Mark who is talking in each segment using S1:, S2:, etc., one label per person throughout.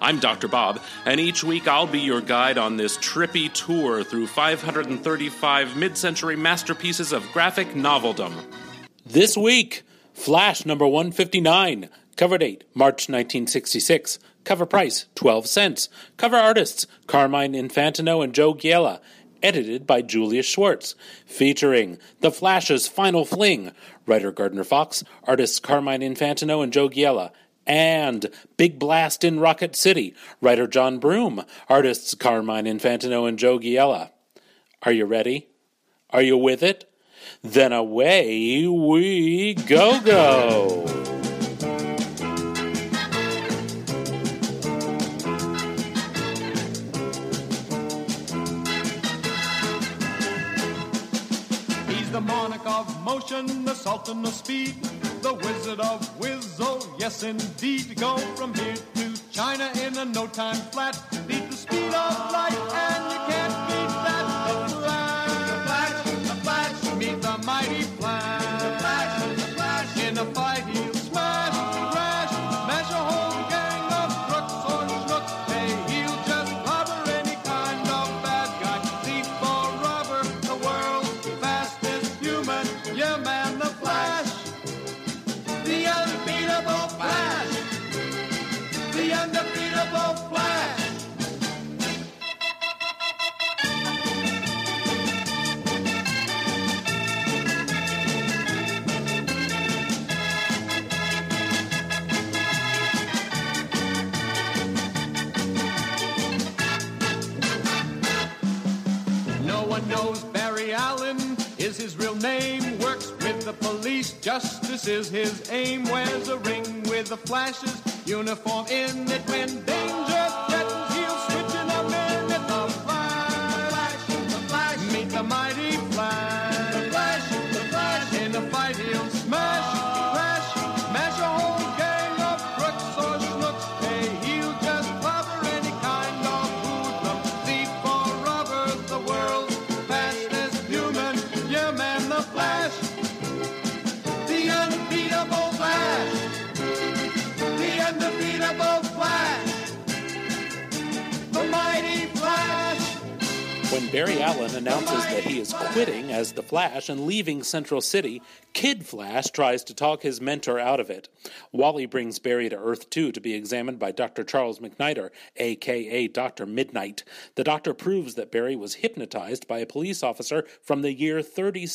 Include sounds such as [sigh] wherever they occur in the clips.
S1: I'm Dr. Bob, and each week I'll be your guide on this trippy tour through 535 mid century masterpieces of graphic noveldom. This week, Flash number 159. Cover date, March 1966. Cover price, 12 cents. Cover artists, Carmine Infantino and Joe Giella. Edited by Julius Schwartz. Featuring The Flash's Final Fling, writer Gardner Fox, artists Carmine Infantino and Joe Giella. And Big Blast in Rocket City, writer John Broome, artists Carmine Infantino and Joe Giella. Are you ready? Are you with it? Then away we go go.
S2: He's the monarch of motion, the sultan of speed, the wizard of whizzle. Yes, indeed. Go from here to China in a no time flat. Beat the speed of light, and you can't beat that. The flash, the flash, the flash. Meet the mighty flash. The flash, the flash. In a fight, he'll smash, crash, mash a whole gang of crooks or schnooks. Hey, he'll just clobber any kind of bad guy. Thief or robber, the world's fastest human. Yeah, man, the Flash. The unbeatable Flash. The undefeatable Flash. No one knows Barry Allen is his real name. Works with the police, justice is his aim. Wears a ring with the flashes, uniform in it when danger threatens. He'll switch in a minute. The flash, the flash, meet the mighty flash. The flash, the flash, in a fight he'll smash, crash, mash a whole gang of crooks or schnooks. Hey, he'll just clobber any kind of hoodlum, thief or robber. The world's fastest human, yeah, man, the Flash, the unbeatable Flash, the undefeatable Flash, the mighty Flash.
S1: When Barry Allen announces that he is quitting as the Flash and leaving Central City, Kid Flash tries to talk his mentor out of it. Wally brings Barry to Earth 2 to be examined by Dr. Charles McNider, aka Dr. Midnight. The doctor proves that Barry was hypnotized by a police officer from the year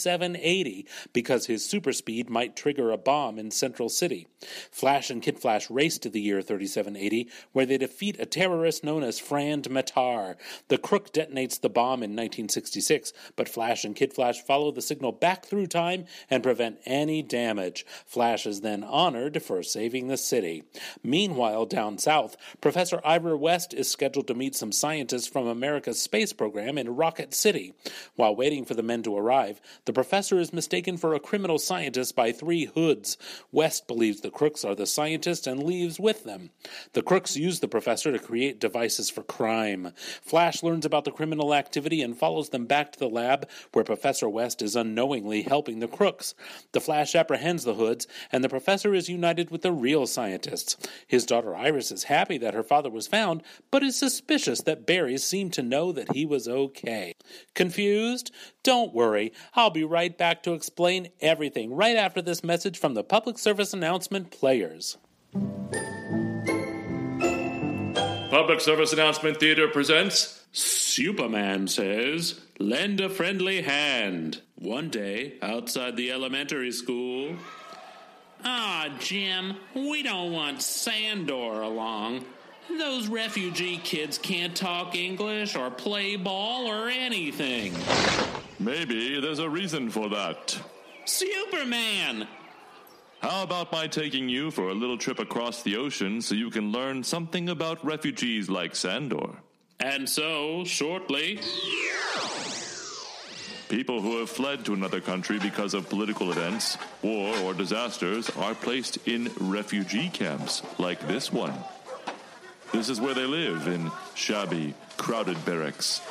S1: 3780 because his super speed might trigger a bomb in Central City. Flash and Kid Flash race to the year 3780, where they defeat a terrorist known as Frand Matar. The crook detonates the bomb in 1966, but Flash and Kid Flash follow the signal back through time and prevent any damage. Flash is then honored for saving the city. Meanwhile, down south, Professor Ivor West is scheduled to meet some scientists from America's space program in Rocket City. While waiting for the men to arrive, the professor is mistaken for a criminal scientist by three hoods. West believes the crooks are the scientists and leaves with them. The crooks use the professor to create devices for crime. Flash learns about the criminal activity and follows them back to the lab where Professor West is unknowingly helping the crooks. The Flash apprehends the hoods, and the professor is united with the real scientists. His daughter Iris is happy that her father was found, but is suspicious that Barry seemed to know that he was okay. Confused? Don't worry, I'll be right back to explain everything right after this message from the public service announcement players. Public Service Announcement Theater presents Superman Says, Lend a Friendly Hand. One day, outside the elementary school. Ah, Jim, we don't want Sandor along. Those refugee kids can't talk English or play ball or anything.
S3: Maybe there's a reason for that.
S1: Superman!
S3: How about my taking you for a little trip across the ocean so you can learn something about refugees like Sandor?
S4: And so, shortly,
S5: People who have fled to another country because of political events, war, or disasters are placed in refugee camps like this one. This is where they live in shabby, crowded barracks.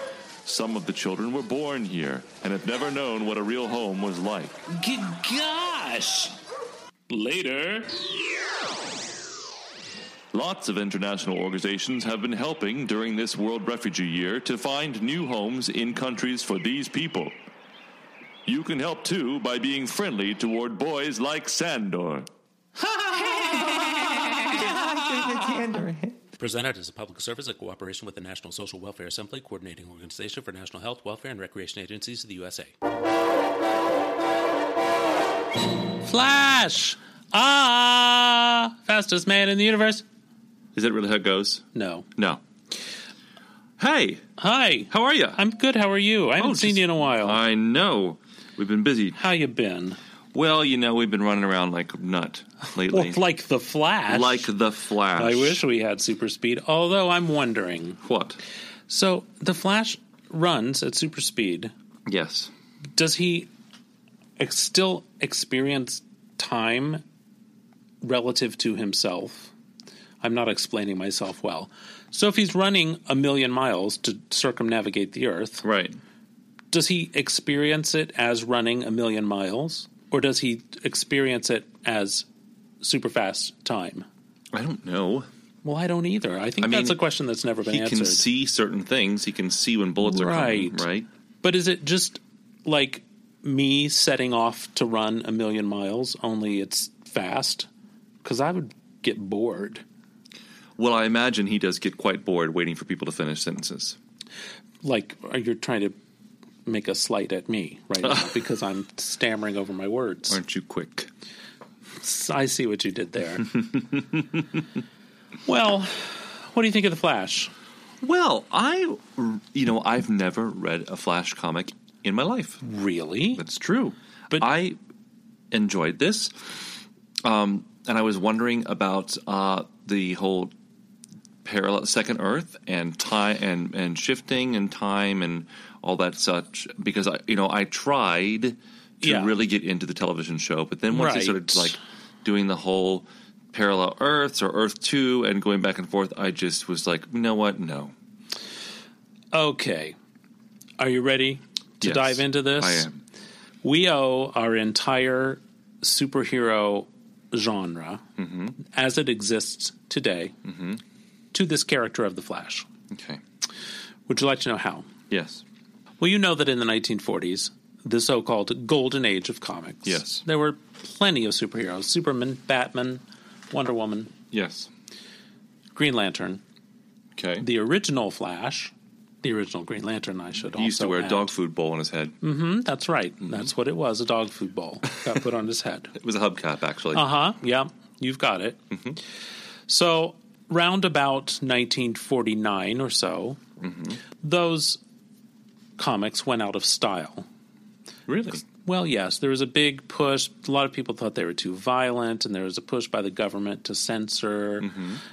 S5: Some of the children were born here and have never known what a real home was like.
S4: g- gosh! Later,
S5: Lots of international organizations have been helping during this World Refugee Year to find new homes in countries for these people. You can help too by being friendly toward boys like Sandor.
S1: Presented as a public service in cooperation with the National Social Welfare Assembly, coordinating organization for national health, welfare, and recreation agencies of the USA. Flash! Ah! Fastest man in the universe?
S3: Is that really how it goes?
S1: No.
S3: No. Hey,
S1: Hi.
S3: how are you?
S1: I'm good. How are you? I haven't
S3: Oh,
S1: seen
S3: just-
S1: you in a while.
S3: I know. We've been busy.
S1: How you been?
S3: Well, you know, we've been running around like a nut
S1: Well, [laughs]
S3: lately.
S1: like the Flash.
S3: like the Flash.
S1: I wish we had super speed. Although I'm wondering.
S3: What?
S1: So the Flash runs at super speed.
S3: Yes.
S1: Does he ex- still experience time relative to himself? I'm not explaining myself well. So if he's running a million miles to circumnavigate the Earth,
S3: Right.
S1: does he experience it as running a million miles, or does he experience it as super fast time?
S3: I don't know.
S1: Well, I don't either. I think
S3: I mean,
S1: that's a question that's never been
S3: He
S1: answered.
S3: can see certain things. He can see when bullets are coming.
S1: Right.
S3: Right.
S1: But is it just like me setting off to run a million miles, only it's fast? Because I would get bored.
S3: Well, I imagine he does get quite bored waiting for people to finish sentences.
S1: Like, are you trying to make a slight at me right
S3: [laughs]
S1: now because I'm stammering over my words.
S3: Aren't you quick?
S1: I see what you did there. well, what do you think of The Flash?
S3: Well, I, you know, I've never read a Flash comic in my life.
S1: Really?
S3: That's true.
S1: But-
S3: But I enjoyed this, um, and I was wondering about uh, the whole parallel second Earth and time and and shifting and time and all that such because I you know I tried to
S1: Yeah.
S3: really get into the television show, but then once I started
S1: Right.
S3: like doing the whole parallel Earths or Earth Two and going back and forth, I just was like, you know what, no.
S1: Okay. Are you ready to
S3: Yes,
S1: dive into this?
S3: I am.
S1: we owe our entire superhero genre
S3: Mm-hmm.
S1: as it exists today to this character of the Flash.
S3: Okay.
S1: Would you like to know how?
S3: Yes.
S1: Well, you know that in the 1940s, the so called golden age of comics,
S3: Yes.
S1: there were plenty of superheroes Superman, Batman, Wonder Woman,
S3: Yes.
S1: Green Lantern,
S3: Okay.
S1: the original Flash, the original Green Lantern, I should
S3: he used to
S1: also
S3: wear a
S1: add. Mm,
S3: dog Mm-hmm. food bowl on his head.
S1: That's right. That's what it was a dog food bowl got put on his
S3: [laughs]
S1: head.
S3: It was a hubcap, actually.
S1: Uh huh. Yeah, you've got it.
S3: Mm-hmm.
S1: So, round about 1949 or so,
S3: Mm-hmm.
S1: those comics went out of style.
S3: Really?
S1: Well, yes, there was a big push. A lot of people thought they were too violent, and there was a push by the government to censor.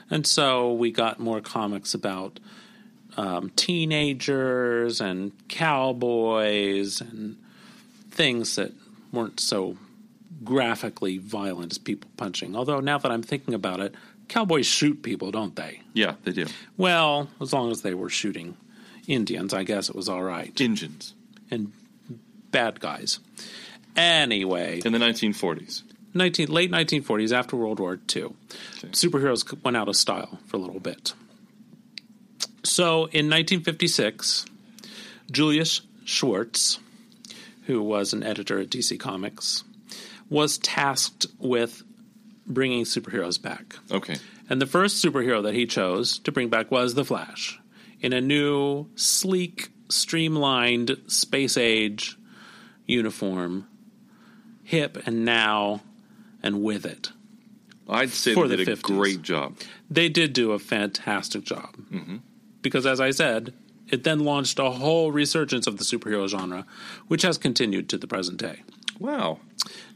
S1: And so we got more comics about um, teenagers and cowboys and things that weren't so graphically violent as people punching. Although, now that I'm thinking about it, cowboys shoot people, don't they?
S3: Yeah, they do.
S1: Well, as long as they were shooting Indians, I guess it was all right.
S3: Engines
S1: And bad guys. Anyway,
S3: in the 1940s.
S1: 19, late 1940s, after World War II, superheroes c- went out of style for a little bit. So in 1956, Julius Schwartz, who was an editor at DC Comics, was tasked with bringing superheroes back.
S3: Okay.
S1: And the first superhero that he chose to bring back was the Flash in a new, sleek, streamlined, space age uniform, hip and now and with it.
S3: I'd say
S1: For
S3: they
S1: the
S3: did a
S1: 50s.
S3: great job.
S1: They did do a fantastic job. Because, as I said, it then launched a whole resurgence of the superhero genre, which has continued to the present day.
S3: Wow.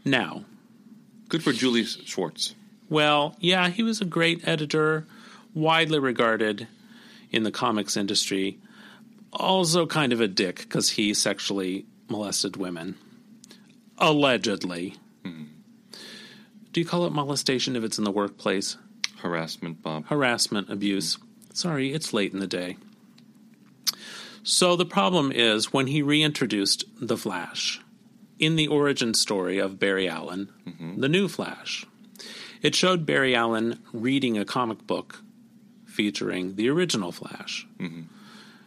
S1: Now,
S3: Good for Julius Schwartz.
S1: Well, yeah, he was a great editor, widely regarded in the comics industry, also kind of a dick because he sexually molested women, allegedly. Do you call it molestation if it's in the workplace?
S3: Harassment, Bob.
S1: harassment, abuse. Sorry, it's late in the day. So the problem is when he reintroduced the Flash in the origin story of Barry Allen,
S3: Mm-hmm.
S1: the new Flash, it showed Barry Allen reading a comic book featuring the original Flash
S3: Mm-hmm.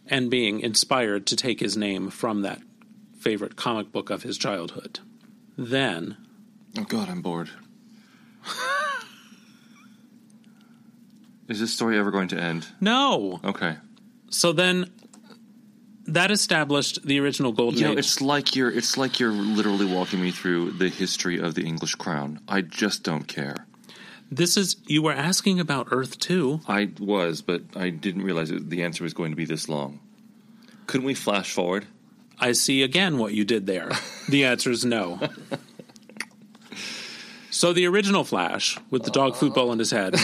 S1: and being inspired to take his name from that favorite comic book of his childhood. Then
S3: Oh God, I'm bored. Is this story ever going to end?
S1: no.
S3: Okay.
S1: So then that established the original golden
S3: You know,
S1: age.
S3: it's like you're it's like you're literally walking me through the history of the English crown. I just don't care.
S1: This is you were asking about Earth 2.
S3: I was, but I didn't realize it, the answer was going to be this long. Couldn't we flash forward?
S1: I see again what you did there. The answer is no. so the original Flash with the dog food bowl in his head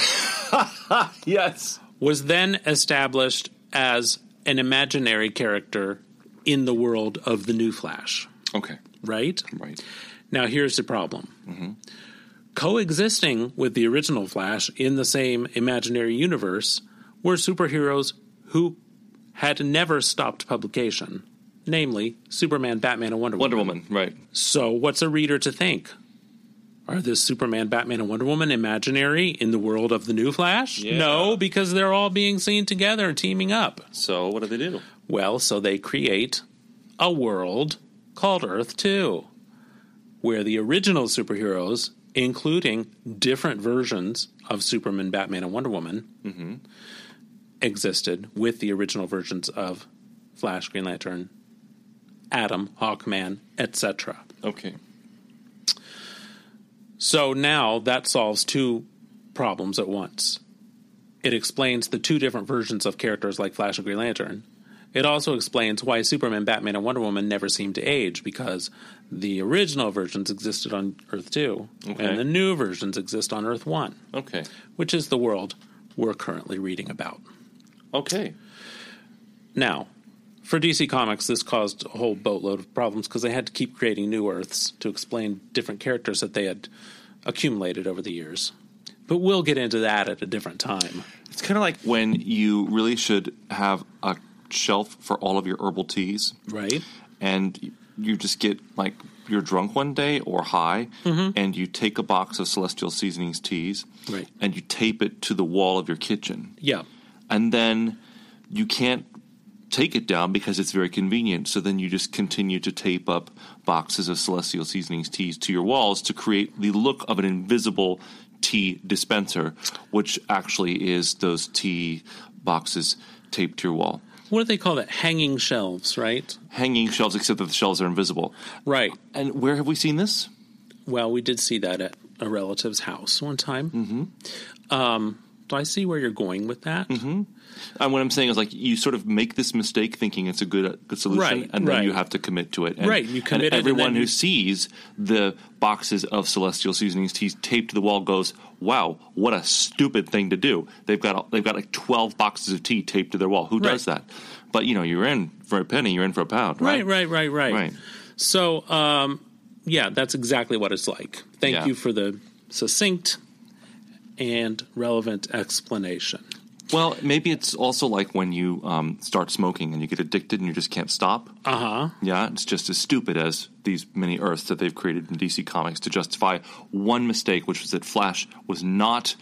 S3: Yes.
S1: was then established as an imaginary character in the world of the new Flash,
S3: Okay.
S1: right?
S3: Right.
S1: Now, here's the problem.
S3: Mm-hmm.
S1: Coexisting with the original Flash in the same imaginary universe were superheroes who had never stopped publication, namely Superman, Batman, and Wonder,
S3: Wonder
S1: Woman.
S3: Woman. Right.
S1: So, what's a reader to think? Are this Superman, Batman, and Wonder Woman imaginary in the world of the new Flash?
S3: Yeah.
S1: No, because they're all being seen together, teaming up.
S3: So what do they do?
S1: Well, so they create a world called Earth 2, where the original superheroes, including different versions of Superman, Batman, and Wonder Woman, existed with the original versions of Flash, Green Lantern, Adam, Hawkman, etc.
S3: Okay.
S1: So now that solves two problems at once. It explains the two different versions of characters like Flash and Green Lantern. It also explains why Superman, Batman, and Wonder Woman never seem to age because the original versions existed on Earth 2
S3: Okay.
S1: and the new versions exist on Earth 1,
S3: Okay.
S1: which is the world we're currently reading about.
S3: Okay.
S1: Now, for DC Comics, this caused a whole boatload of problems because they had to keep creating new Earths to explain different characters that they had accumulated over the years. But we'll get into that at a different time.
S3: It's kind of like when you really should have a shelf for all of your herbal teas,
S1: Right?
S3: and you just get like you're drunk one day or high, and you take a box of Celestial Seasonings teas,
S1: Right.
S3: and you tape it to the wall of your kitchen,
S1: Yeah.
S3: and then you can't take it down because it's very convenient. So then you just continue to tape up boxes of Celestial Seasonings teas to your walls to create the look of an invisible tea dispenser, which actually is those tea boxes taped to your wall.
S1: What do they call that? Hanging shelves, right?
S3: Hanging shelves, except that the shelves are invisible.
S1: Right.
S3: And where have we seen this?
S1: Well, we did see that at a relative's house one time. Mm-hmm. Um, do I see where you're going with that?
S3: And what I'm saying is, like, you sort of make this mistake thinking it's a good, good solution,
S1: Right,
S3: and then
S1: right.
S3: you have to commit to it. And,
S1: Right, you commit it,
S3: And
S1: and
S3: everyone
S1: then
S3: who
S1: you-
S3: sees the boxes of celestial seasonings teas taped to the wall goes, "Wow, what a stupid thing to do!" They've got they've got like 12 boxes of tea taped to their wall. Who does
S1: Right.
S3: that? But you know, you're in for a penny, you're in for a pound,
S1: Right,
S3: right?
S1: right, right, right.
S3: Right.
S1: So, um, yeah, that's exactly what it's like. Thank
S3: Yeah.
S1: you for the succinct and relevant explanation.
S3: Well, maybe it's also like when you um, start smoking and you get addicted and you just can't stop.
S1: Uh huh.
S3: Yeah, it's just as stupid as these many Earths that they've created in DC Comics to justify one mistake, which was that Flash was not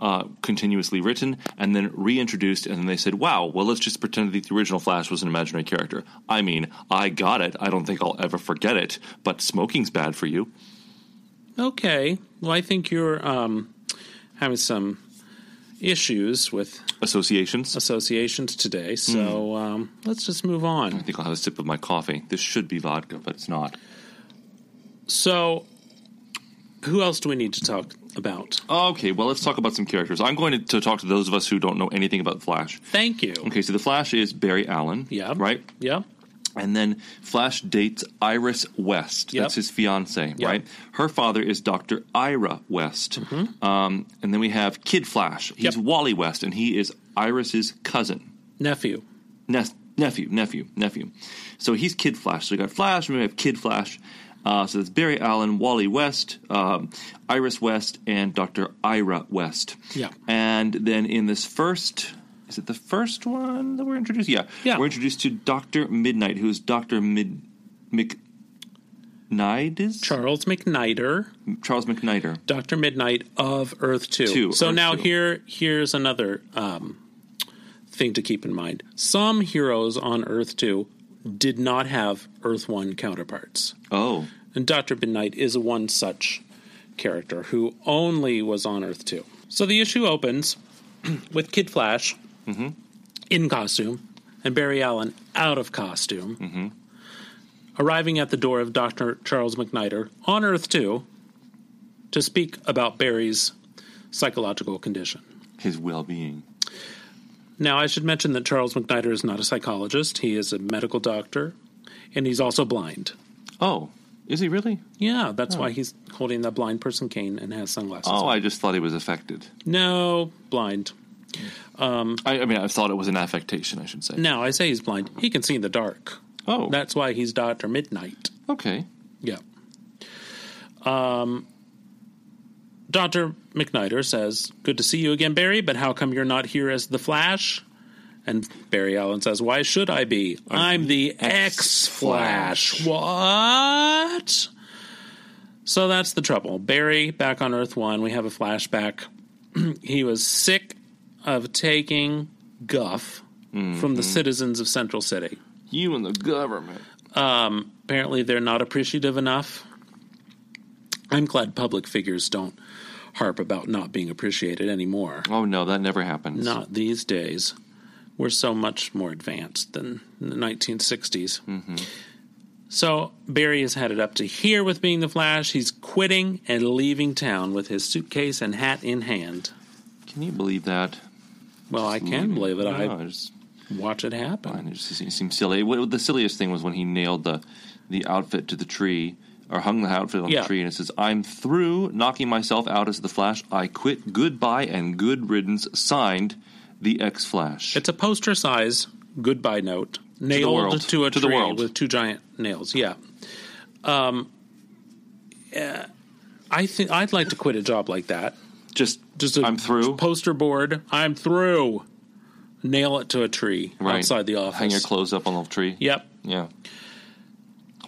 S3: uh, continuously written and then reintroduced, and then they said, "Wow, well, let's just pretend that the original Flash was an imaginary character." I mean, I got it. I don't think I'll ever forget it. But smoking's bad for you.
S1: Okay. Well, I think you're um, having some issues with
S3: Associations.
S1: associations today. So
S3: Hmm.
S1: um, let's just move on.
S3: I think I'll have a sip of my coffee. This should be vodka, but it's not.
S1: So, who else do we need to talk about?
S3: Okay, well, let's talk about some characters. I'm going to, to talk to those of us who don't know anything about Flash.
S1: Thank you.
S3: Okay, so the Flash is Barry Allen.
S1: Yeah.
S3: Mm. Right?
S1: Yeah.
S3: And then Flash dates Iris West.
S1: Yep.
S3: That's his fiance,
S1: Yep.
S3: right? Her father is Dr. Ira West. Um, and then we have Kid Flash. He's
S1: Mm-hmm. Yep.
S3: Wally West, and he is Iris's cousin.
S1: nephew.
S3: Nes- nephew, nephew, nephew. So he's Kid Flash. So we got Flash, and we have Kid Flash. Uh, so that's Barry Allen, Wally West, um, Iris West, and Dr. Ira West.
S1: Yeah.
S3: And then in this first, is it the first one that we're introduced? Yeah.
S1: Yeah.
S3: We're introduced to Dr. Midnight, who's Dr. Mid- McKnight?
S1: Charles McNider,
S3: Charles McKnighter.
S1: Doctor Midnight of Earth Two.
S3: Two,
S1: so
S3: Earth
S1: now
S3: Two.
S1: here here's another um, thing to keep in mind. Some heroes on Earth Two did not have Earth One counterparts.
S3: Oh.
S1: And Dr. Midnight is one such character who only was on Earth 2. So the issue opens [clears throat] with Kid Flash in costume and Barry Allen out of costume, arriving at the door of Dr. Charles McNider on Earth 2 to speak about Barry's psychological condition.
S3: His well being.
S1: Now, I should mention that Charles McNider is not a psychologist, he is a medical doctor, and he's also blind.
S3: Oh. Is he really?
S1: Yeah, that's why he's holding that blind person cane and has sunglasses.
S3: Oh,
S1: on.
S3: I just thought he was affected.
S1: no, blind.
S3: I, I mean, I thought it was an affectation, I should say.
S1: Now I say he's blind. He can see in the dark.
S3: Oh,
S1: That's why he's Doctor Midnight.
S3: okay.
S1: Yeah. Um, Doctor McNider says, "Good to see you again, Barry. But how come you're not here as the Flash?" And Barry Allen says, "Why should I be? I'm the X Flash. What?" So that's the trouble. Barry back on Earth One. We have a flashback. [clears throat] he was sick of taking guff from the citizens of Central City
S3: You and the government.
S1: apparently they're not appreciative enough. I'm glad public figures don't harp about not being appreciated anymore.
S3: Oh no, that never happens.
S1: Not these days. We're so much more advanced than the 1960s. So Barry is headed up to here with being the Flash. He's quitting and leaving town with his suitcase and hat in hand.
S3: Can you believe that?
S1: Well, I can believe it.
S3: No,
S1: I
S3: it just,
S1: watch it happen.
S3: it just seems, seems silly. What, the silliest thing was when he nailed the the outfit to the tree or hung the outfit on
S1: Yeah.
S3: the tree, and it says, "I'm through knocking myself out as the Flash. I quit. Goodbye and good riddance." Signed, the X Flash.
S1: It's a poster size goodbye note nailed to,
S3: world.
S1: a
S3: To the
S1: tree
S3: world.
S1: with two giant nails. Yeah. Um, eh, I think I'd like to quit a job like that.
S3: Just,
S1: Just a
S3: I'm through.
S1: poster board. I'm through. Nail it to a tree
S3: Right.
S1: outside the office.
S3: Hang your clothes up on the tree.
S1: Yep.
S3: Yeah.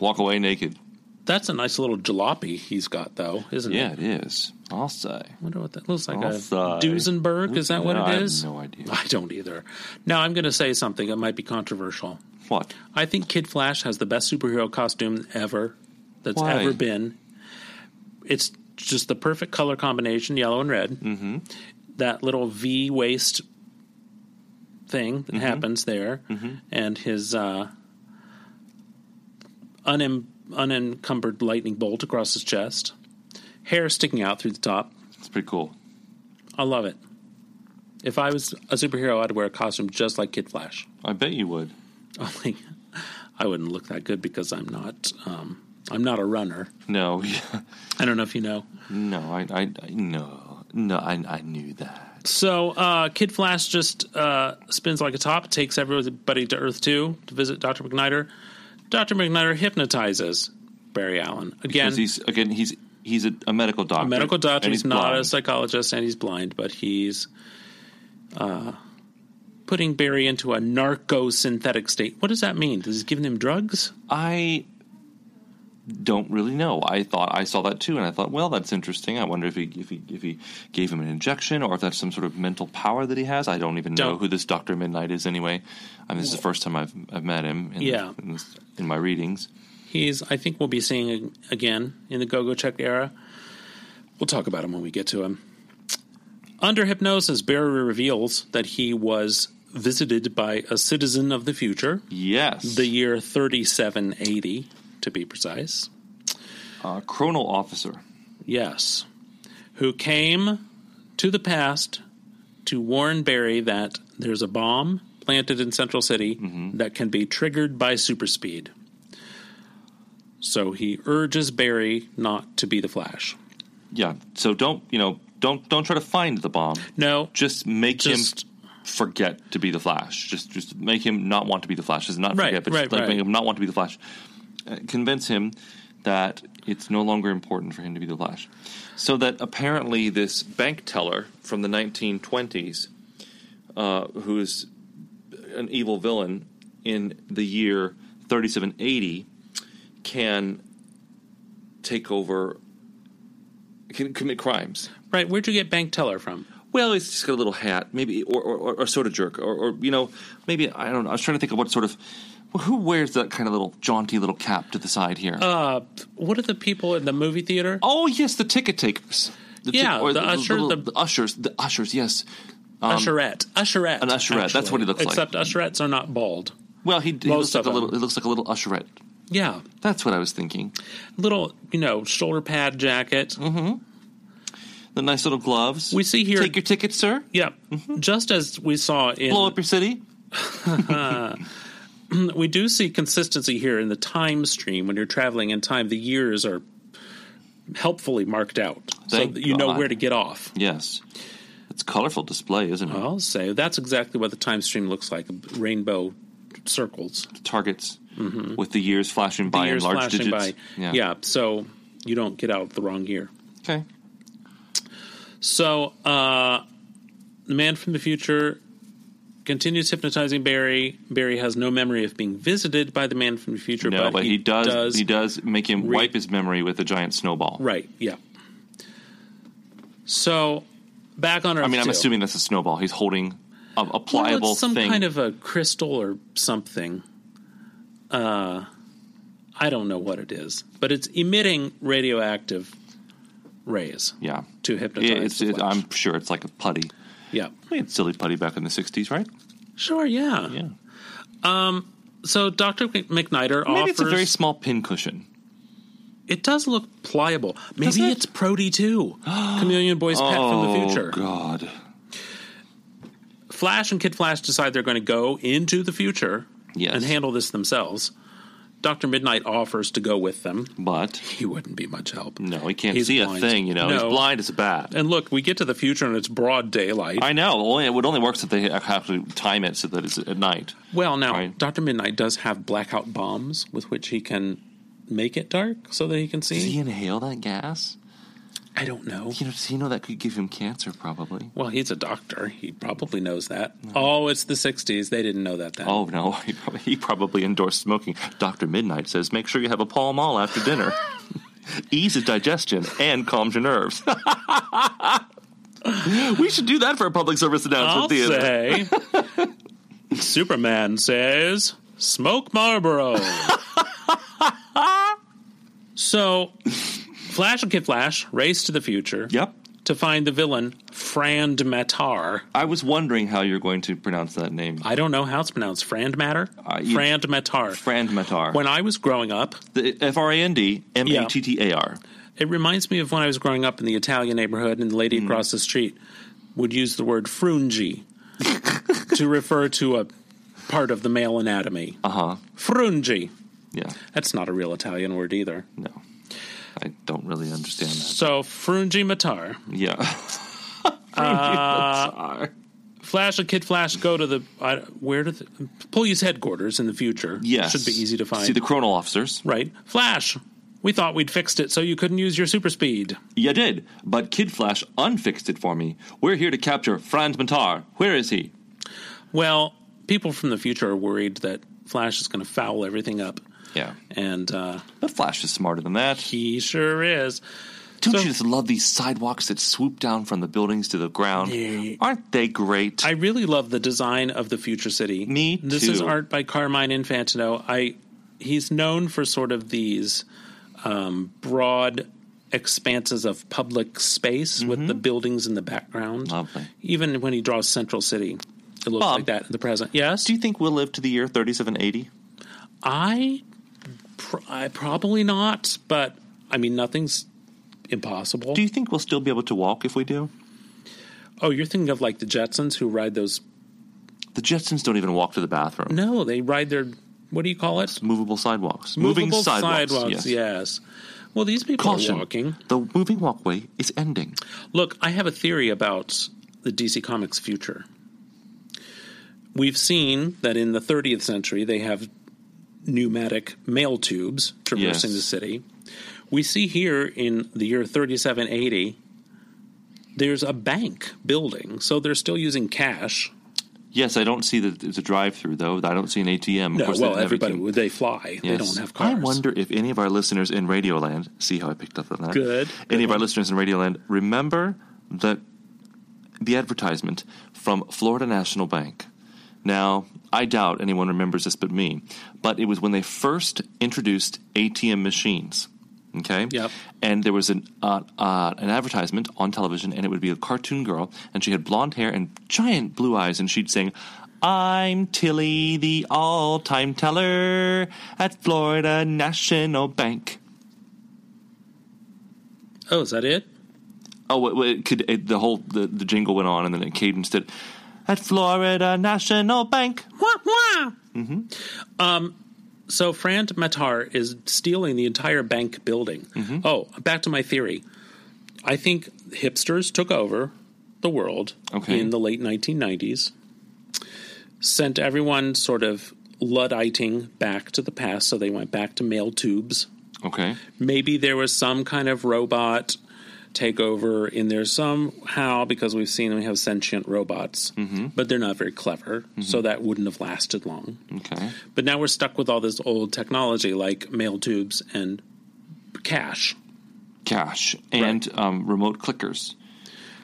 S3: Walk away naked.
S1: That's a nice little jalopy he's got though, isn't
S3: Yeah,
S1: it?
S3: it is. I'll say.
S1: I wonder what that looks like. A
S3: Outside.
S1: Duesenberg, is that what
S3: No,
S1: it
S3: I have
S1: is?
S3: no idea.
S1: I don't either. Now I'm going to say something that might be controversial.
S3: What?
S1: I think Kid Flash has the best superhero costume ever that's
S3: Why?
S1: ever been. It's just the perfect color combination, yellow and red. Mm-hmm. That little V waist thing that happens there, and his uh, unem- unencumbered lightning bolt across his chest, hair sticking out through the top.
S3: It's pretty cool.
S1: I love it. If I was a superhero, I'd wear a costume just like Kid Flash.
S3: I bet you would.
S1: Only I wouldn't look that good because I'm not um, I'm not a runner.
S3: No, [laughs]
S1: I don't know if you know.
S3: no, I, I, I no, no, I, I knew that.
S1: So uh, Kid Flash just uh, spins like a top, takes everybody to Earth Two to visit Doctor McNider. Doctor McNider hypnotizes Barry Allen again.
S3: 'Cause he's again, he's he's a, a medical doctor.
S1: a medical doctor.
S3: and
S1: He's, not
S3: blind.
S1: a psychologist, and he's blind, but he's uh, putting Barry into a narco-synthetic state. What does that mean? Does he giving him drugs?
S3: I don't really know. I thought I saw that too, and I thought, well, that's interesting. I wonder if he if he if he gave him an injection or if that's some sort of mental power that he has. I don't even know
S1: Don't-
S3: who this Doctor Midnight is anyway. I mean, this is the first time I've I've met him. In,
S1: Yeah.
S3: in, this- in my readings.
S1: He's, I think, we'll be seeing ag- again in the Go Go Check era. We'll talk about him when we get to him. Under hypnosis, Barry reveals that he was visited by a citizen of the future,
S3: Yes,
S1: the year 3780, to be precise.
S3: uh, Chronal Officer.
S1: Yes. Who came to the past to warn Barry that there's a bomb planted in Central City
S3: Mm-hmm.
S1: that can be triggered by super speed. So he urges Barry not to be the Flash.
S3: Yeah. So don't you know? Don't don't try to find the bomb.
S1: No,
S3: Just make
S1: just
S3: him forget to be the Flash. Just just make him not want to be the Flash. Just not
S1: Right,
S3: forget, but
S1: right,
S3: just like,
S1: right.
S3: make him not want to be the Flash. Uh, convince him that it's no longer important for him to be the Flash. So that apparently this bank teller from the 1920s, uh, who's an evil villain in the year 3780, can take over, can commit crimes.
S1: Right. Where'd you get bank teller from?
S3: Well, it's just got a little hat, maybe, or or, or, or soda jerk, or, or you know, maybe I don't know. I was trying to think of what sort of who wears that kind of little jaunty little cap to the side here.
S1: Uh, what are the people in the movie theater?
S3: oh yes, the ticket takers. The
S1: Yeah, the usher,
S3: little-
S1: the-
S3: the ushers, the ushers. Yes.
S1: usherette. Usherette.
S3: Um, an usherette, that's what he looks like.
S1: Except usherettes are not bald.
S3: Well, he, he
S1: Most
S3: looks like
S1: of
S3: a little.
S1: them.
S3: It looks like a little usherette.
S1: Yeah.
S3: That's what I was thinking.
S1: Little, you know, shoulder pad jacket.
S3: Mm-hmm. The nice little gloves.
S1: We see here-
S3: Take your ticket, sir.
S1: Yep. Just as we saw in
S3: Mm-hmm. Blow up your city.
S1: we do see consistency here in the time stream when you're traveling in time the years are helpfully marked out so
S3: Thank
S1: that you know
S3: God.
S1: where to get off
S3: Yes. It's a colorful display, isn't it?
S1: i'll say that's exactly what the time stream looks like rainbow circles
S3: Targets with the years
S1: Mm-hmm.
S3: flashing
S1: the
S3: by in
S1: years
S3: large
S1: flashing
S3: digits.
S1: by yeah. so you don't get out the wrong year
S3: Okay.
S1: so uh the man from the future continues hypnotizing barry barry has no memory of being visited by the man from the future
S3: No, but, he, does,
S1: does
S3: He does make him
S1: re-
S3: wipe his memory with a giant snowball.
S1: Right. Yeah. So back on Earth.
S3: I mean, I'm
S1: two.
S3: assuming that's a snowball. He's holding a, a
S1: Well,
S3: pliable
S1: it's some
S3: thing.
S1: kind of a crystal or something. Uh, I don't know what it is, but it's emitting radioactive rays.
S3: yeah.
S1: to hypnotize
S3: It- it's, um,
S1: the
S3: it,
S1: Flash.
S3: I'm sure it's like a putty.
S1: Yeah.
S3: We had silly putty back in the 60s, right?
S1: Sure. Yeah. Um,
S3: Yeah.
S1: So Doctor McNider
S3: Maybe
S1: offers.
S3: it's a very small pincushion.
S1: it does look pliable. Maybe
S3: Doesn't it?
S1: it's Prody
S3: [gasps]
S1: too. Chameleon Boy's pet from the future.
S3: Oh, God.
S1: Flash and Kid Flash decide they're going to go into the future
S3: Yes.
S1: and handle this themselves. Doctor Midnight offers to go with them.
S3: But
S1: He wouldn't be much help.
S3: no, he can't
S1: He's
S3: see
S1: blind.
S3: a thing, you know.
S1: No.
S3: He's blind as a bat.
S1: And look, we get to the future and it's broad daylight.
S3: I know. Only, it would only work if they have to time it so that it's at night.
S1: well, now
S3: Right.
S1: Doctor Midnight does have blackout bombs with which he can make it dark so that he can see.
S3: Does he inhale that gas?
S1: I don't know.
S3: You know, does he know that could give him cancer, probably?
S1: Well, he's a doctor. He probably knows that. Oh, it's the '60s. They didn't know that then.
S3: Oh no, [laughs] he probably, he probably endorsed smoking. Doctor Midnight says make sure you have a Pall Mall after dinner.
S1: [laughs]
S3: Eases digestion and calms your nerves. [laughs] we should do that for a public service announcement
S1: I'll
S3: theater.
S1: say,
S3: [laughs]
S1: Superman says, "Smoke
S3: [laughs]
S1: Marlboro." so, Flash and Kid Flash race to the future
S3: Yep.
S1: to find the villain Frand Matar.
S3: I was wondering how you're going to pronounce that name.
S1: I don't know how it's pronounced. Frand Matter.
S3: Uh, you-
S1: Frand Matar.
S3: Frand Matar.
S1: when I was growing up,
S3: The F R A N D M A T T A R.
S1: It reminds me of when I was growing up in the Italian neighborhood, and the lady
S3: Mm.
S1: across the street would use the word
S3: [laughs]
S1: frungi to refer to a part of the male anatomy.
S3: Uh huh.
S1: Frungi.
S3: Yeah.
S1: That's not a real Italian word either.
S3: No. I don't really understand that.
S1: So, frungi matar.
S3: Yeah. [laughs] Matar.
S1: Flash and Kid Flash go to the. I, where do the. Police headquarters in the future.
S3: Yes.
S1: Should be easy to find.
S3: See the Chronal officers.
S1: right. Flash, we thought we'd fixed it so you couldn't use your super speed.
S3: You did, but Kid Flash unfixed it for me. We're here to capture Franz Matar. Where is he?
S1: Well, people from the future are worried that Flash is going to foul everything up.
S3: Yeah.
S1: And, uh,.
S3: But Flash is smarter than that.
S1: He sure is.
S3: Don't
S1: So-
S3: you just love these sidewalks that swoop down from the buildings to the ground?
S1: Yeah.
S3: Aren't they great?
S1: I really love the design of the future city.
S3: Me
S1: This is
S3: too.
S1: art by Carmine Infantino. I he's known for sort of these um, broad expanses of public space with the buildings in the background.
S3: Mm-hmm. Lovely.
S1: Even when he draws Central City, it looks
S3: Bob.
S1: like that in the present. Yes,
S3: Do you think we'll live to the year 3780?
S1: I, pr- I probably not, but I mean nothing's impossible.
S3: Do you think we'll still be able to walk if we do?
S1: oh, you're thinking of like the Jetsons who ride those?
S3: The Jetsons don't even walk to the bathroom.
S1: No, they ride their what do you call it?
S3: Movable sidewalks. Moving
S1: Movable
S3: sidewalks. yes.
S1: yes. Well, these people
S3: Caution.
S1: are walking.
S3: The moving walkway is ending.
S1: Look, I have a theory about the DC Comics future. We've seen that in the 30th century they have pneumatic mail tubes traversing
S3: Yes.
S1: the city. We see here in the year 3780 there's a bank building, so they're still using cash.
S3: Yes, I don't see that it's a drive-through though. I don't see an ATM. Of
S1: No,
S3: course, they
S1: well,
S3: don't have
S1: everybody
S3: ATM.
S1: would they fly. They
S3: Yes.
S1: don't have cars.
S3: I wonder if any of our listeners in Radioland see how I picked up on that.
S1: Good.
S3: Any of our listeners in Radioland remember the the advertisement from Florida National Bank. Now, I doubt anyone remembers this but me, but it was when they first introduced ATM machines. Okay.
S1: Yep.
S3: And there was an uh, uh, an advertisement on television, and it would be a cartoon girl, and she had blonde hair and giant blue eyes, and she'd sing, "I'm Tilly, the all-time teller at Florida National Bank."
S1: Oh, is that it?
S3: Oh, it, it could it, the whole the, the jingle went on, and then it cadenced it at Florida National Bank.
S1: Wah, wah. Mm-hmm. Um, so Fran Matar is stealing the entire bank building. Oh, back to my theory. I think hipsters took over the world
S3: Okay.
S1: in the late 1990s, sent everyone sort of Ludditing back to the past, so they went back to mail tubes.
S3: Okay.
S1: Maybe there was some kind of robot takeover in there somehow because we've seen we have sentient robots,
S3: Mm-hmm.
S1: but they're not very clever, so that wouldn't have lasted long.
S3: Okay.
S1: But now we're stuck with all this old technology like mail tubes and cash.
S3: cash and um, remote clickers.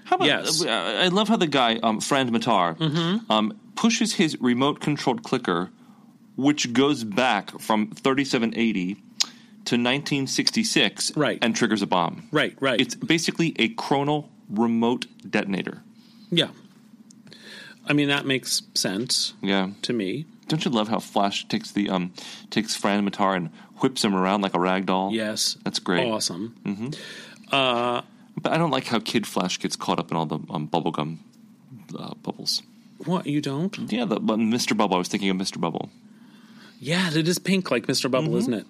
S3: How about,
S1: Yes. Mm-hmm.
S3: uh, I love how the guy, um, friend Matar, um, pushes his remote controlled clicker, which goes back from 3780 to 1966
S1: Right.
S3: and triggers a bomb.
S1: Right, right.
S3: It's basically a chronal remote detonator.
S1: yeah. I mean, that makes sense
S3: Yeah.
S1: to me.
S3: Don't you love how Flash takes the um takes Fran Matar and whips him around like a rag doll?
S1: Yes.
S3: That's great.
S1: Awesome.
S3: But I don't like how Kid Flash gets caught up in all the um, bubblegum uh, bubbles.
S1: What, you don't?
S3: Yeah, the, but Mr. Bubble. I was thinking of Mr. Bubble.
S1: Yeah, it is pink like Mr.
S3: Mm-hmm.
S1: Bubble, isn't it?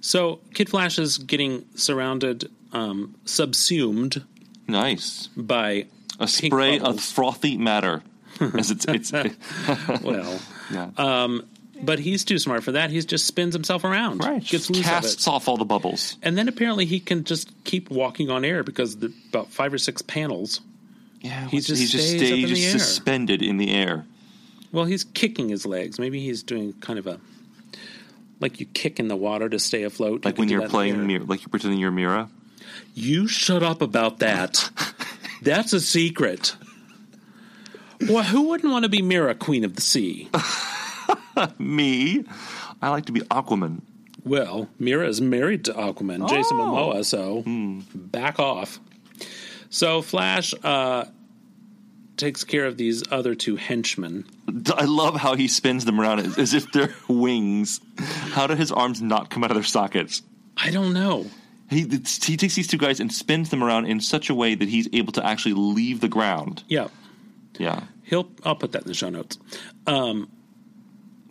S1: So Kid Flash is getting surrounded, um, subsumed
S3: Nice.
S1: by
S3: A
S1: pink
S3: spray of
S1: bubbles.
S3: frothy
S1: [laughs]
S3: matter. As it's, it's [laughs]
S1: well,
S3: yeah.
S1: Uh, but he's too smart for that. He just spins himself around,
S3: right.
S1: Gets
S3: Just
S1: loose
S3: casts
S1: of it.
S3: off all the bubbles.
S1: and then apparently he can just keep walking on air because the, about five or six panels.
S3: Yeah,
S1: He
S3: what's-
S1: just stays up in the air.
S3: suspended in the air.
S1: Well, he's kicking his legs. Maybe he's doing kind of a like you kick in the water to stay afloat.
S3: Like
S1: could
S3: when
S1: do
S3: you're
S1: that in the
S3: playing,
S1: air.
S3: Mir- like you're pretending you're Mira.
S1: You shut up about
S3: [laughs]
S1: that. That's a secret. Well, who wouldn't want to be Mira, Queen of the Sea?
S3: Me, I like to be Aquaman.
S1: Well, Mira is married to Aquaman, Jason
S3: Oh.
S1: Momoa, so
S3: Hmm.
S1: back off. So Flash uh, takes care of these other two henchmen.
S3: I love how he spins them around as, as if they're [laughs] wings. How do his arms not come out of their sockets?
S1: I don't know.
S3: He, it's- he takes these two guys and spins them around in such a way that he's able to actually leave the ground.
S1: Yeah,
S3: Yeah.
S1: he'll. I'll put that in the show notes. Um,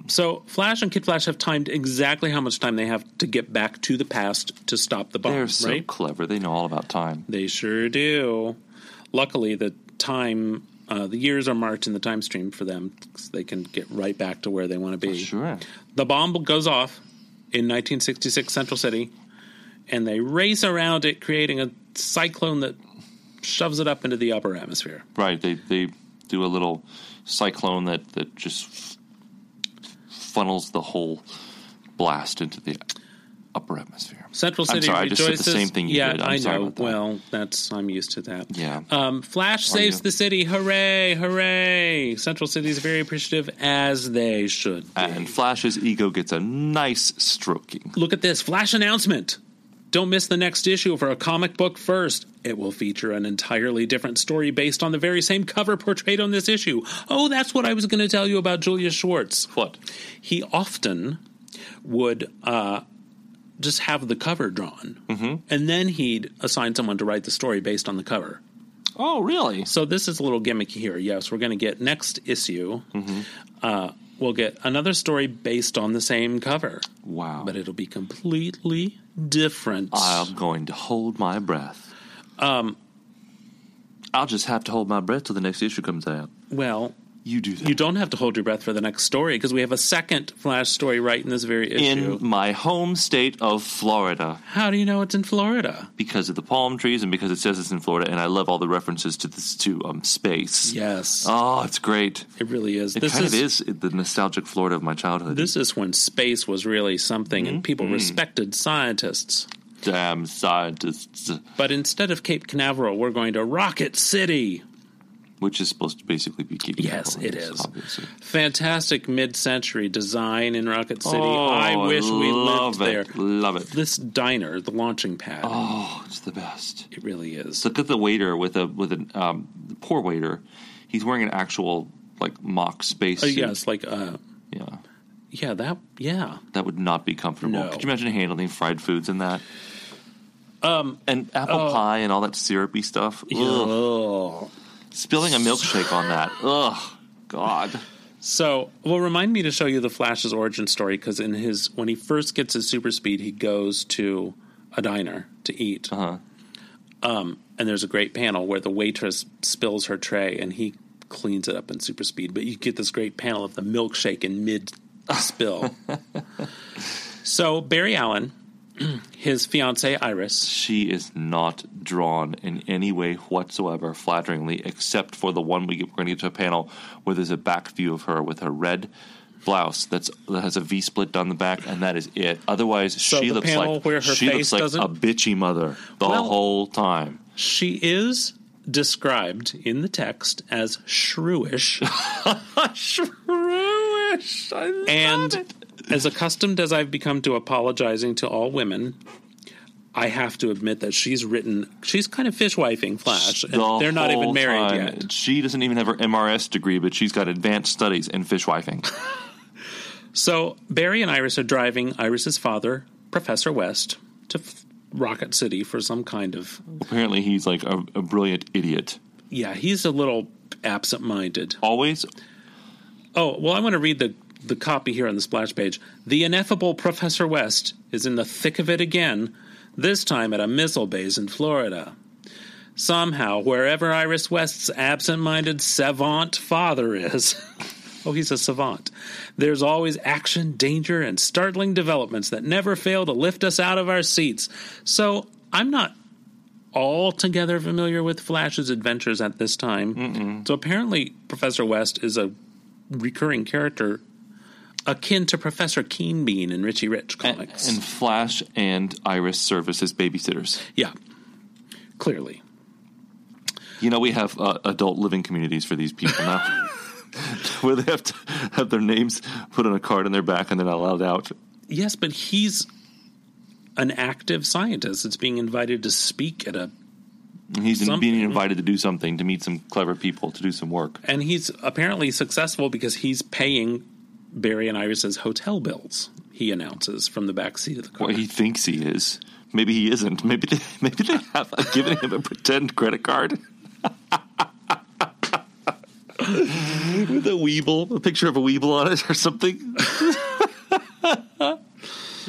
S1: so Flash and Kid Flash have timed exactly how much time they have to get back to the past to stop the bomb.
S3: They're so
S1: right?
S3: clever. They know all about time.
S1: They sure do. Luckily, the time, uh, the years are marked in the time stream for them. So they can get right back to where they want to be.
S3: Sure.
S1: The bomb goes off in 1966 Central City, and they race around it, creating a cyclone that shoves it up into the upper atmosphere.
S3: Right. They they do a little cyclone that that just f- funnels the whole blast into the upper atmosphere.
S1: Central
S3: I'm
S1: City
S3: sorry, I just
S1: rejoices.
S3: said the same thing you
S1: yeah,
S3: did. I'm
S1: I
S3: sorry
S1: know.
S3: about that.
S1: Well, that's I'm used to that.
S3: Yeah.
S1: Um, Flash
S3: Are
S1: saves
S3: you?
S1: the city. Hooray! Hooray! Central City is very appreciative, as they should. be.
S3: And Flash's ego gets a nice stroking.
S1: Look at this flash announcement. Don't miss the next issue for a comic book first. It will feature an entirely different story based on the very same cover portrayed on this issue. Oh, that's what I was going to tell you about Julius Schwartz.
S3: What?
S1: He often would uh, just have the cover drawn, and then he'd assign someone to write the story based on the cover.
S3: Oh, really?
S1: So this is a little gimmicky here. Yes, we're going to get next issue. Uh, we'll get another story based on the same cover
S3: Wow.
S1: but it'll be completely different.
S3: I'm going to hold my breath. Um, I'll just have to hold my breath till the next issue comes out.
S1: well,
S3: You do that.
S1: You don't have to hold your breath for the next story because we have a second Flash story right in this very issue.
S3: in my home state of Florida
S1: How do you know it's in Florida?
S3: because of the palm trees and because it says it's in Florida, and I love all the references to this to um, space.
S1: Yes,
S3: Oh, it's great.
S1: it really is.
S3: It
S1: this
S3: kind
S1: is,
S3: of is the nostalgic Florida of my childhood.
S1: This is when space was really something, and people
S3: Mm-hmm.
S1: respected scientists.
S3: Damn scientists,
S1: But instead of Cape Canaveral, we're going to Rocket City.
S3: which is supposed to basically be keeping.
S1: Yes,
S3: up on
S1: it
S3: this,
S1: is.
S3: Obviously.
S1: Fantastic mid-century design in Rocket City.
S3: Oh,
S1: I wish we
S3: love
S1: lived
S3: it.
S1: there.
S3: Love it.
S1: This diner, the launching pad,
S3: Oh, it's the best.
S1: it really is.
S3: Look at the waiter with a with an um, the poor waiter. He's wearing an actual like mock space.
S1: Oh,
S3: suit.
S1: yes, like uh,
S3: Yeah.
S1: yeah, that yeah.
S3: That would not be comfortable.
S1: No.
S3: Could you imagine handling fried foods and that? Um and apple pie and all that syrupy stuff. Ugh.
S1: Oh.
S3: Spilling a milkshake on that. Ugh. God.
S1: So, well, remind me to show you the Flash's origin story because in his when he first gets his super speed, he goes to a diner to eat. Um,
S3: Uh-huh.
S1: and there's a great panel where the waitress spills her tray and he cleans it up in super speed but you get this great panel of the milkshake in
S3: [laughs]
S1: mid spill so barry allen [clears throat] his fiancee iris
S3: She is not drawn in any way whatsoever flatteringly, except for the one we get, we're going to get to a panel where there's a back view of her with her red blouse that's that has a V split down the back, and that is it. Otherwise,
S1: So
S3: she
S1: the
S3: looks
S1: panel
S3: like
S1: where her
S3: she
S1: face
S3: looks
S1: doesn't-
S3: like a bitchy mother the
S1: Well-
S3: whole time.
S1: she is described in the text as shrewish
S3: [laughs] Shrewish, I love
S1: and as accustomed as i've become to apologizing to all women I have to admit that she's written. She's kind of fishwifing Flash, and
S3: The
S1: they're not even
S3: whole
S1: married
S3: time.
S1: yet.
S3: She doesn't even have her MRS degree, but she's got advanced studies
S1: [laughs]
S3: in fishwifing.
S1: So Barry and Iris are driving Iris's father, Professor West, to f- Rocket City for some kind of.
S3: Apparently, he's like a, a brilliant idiot.
S1: Yeah, he's a little absent-minded.
S3: Always
S1: Oh well, I want to read the the copy here on the splash page. The ineffable Professor West is in the thick of it again. This time at a missile base in Florida. Somehow, wherever Iris West's absent minded savant father is, [laughs] oh, he's a savant, there's always action, danger, and startling developments that never fail to lift us out of our seats. So I'm not altogether familiar with Flash's adventures at this time. So apparently, Professor West is a recurring character akin to Professor Keenbean in Richie Rich
S3: and,
S1: comics.
S3: and Flash and Iris serve as babysitters.
S1: yeah, clearly.
S3: You know, we have uh, adult living communities for these people now,
S1: [laughs]
S3: where they have to have their names put on a card on their back and they're not allowed out.
S1: Yes, but he's an active scientist that's being invited to speak at a,
S3: And he's
S1: Some-
S3: being invited to do something, to meet some clever people, to do some work.
S1: and he's apparently successful because he's paying Barry and Iris's hotel bills. He announces from the back seat of the car.
S3: What he thinks he is. Maybe he isn't. [laughs] Maybe they, maybe they have given him a pretend credit card. With a weeble, a picture of a weeble on it or something. or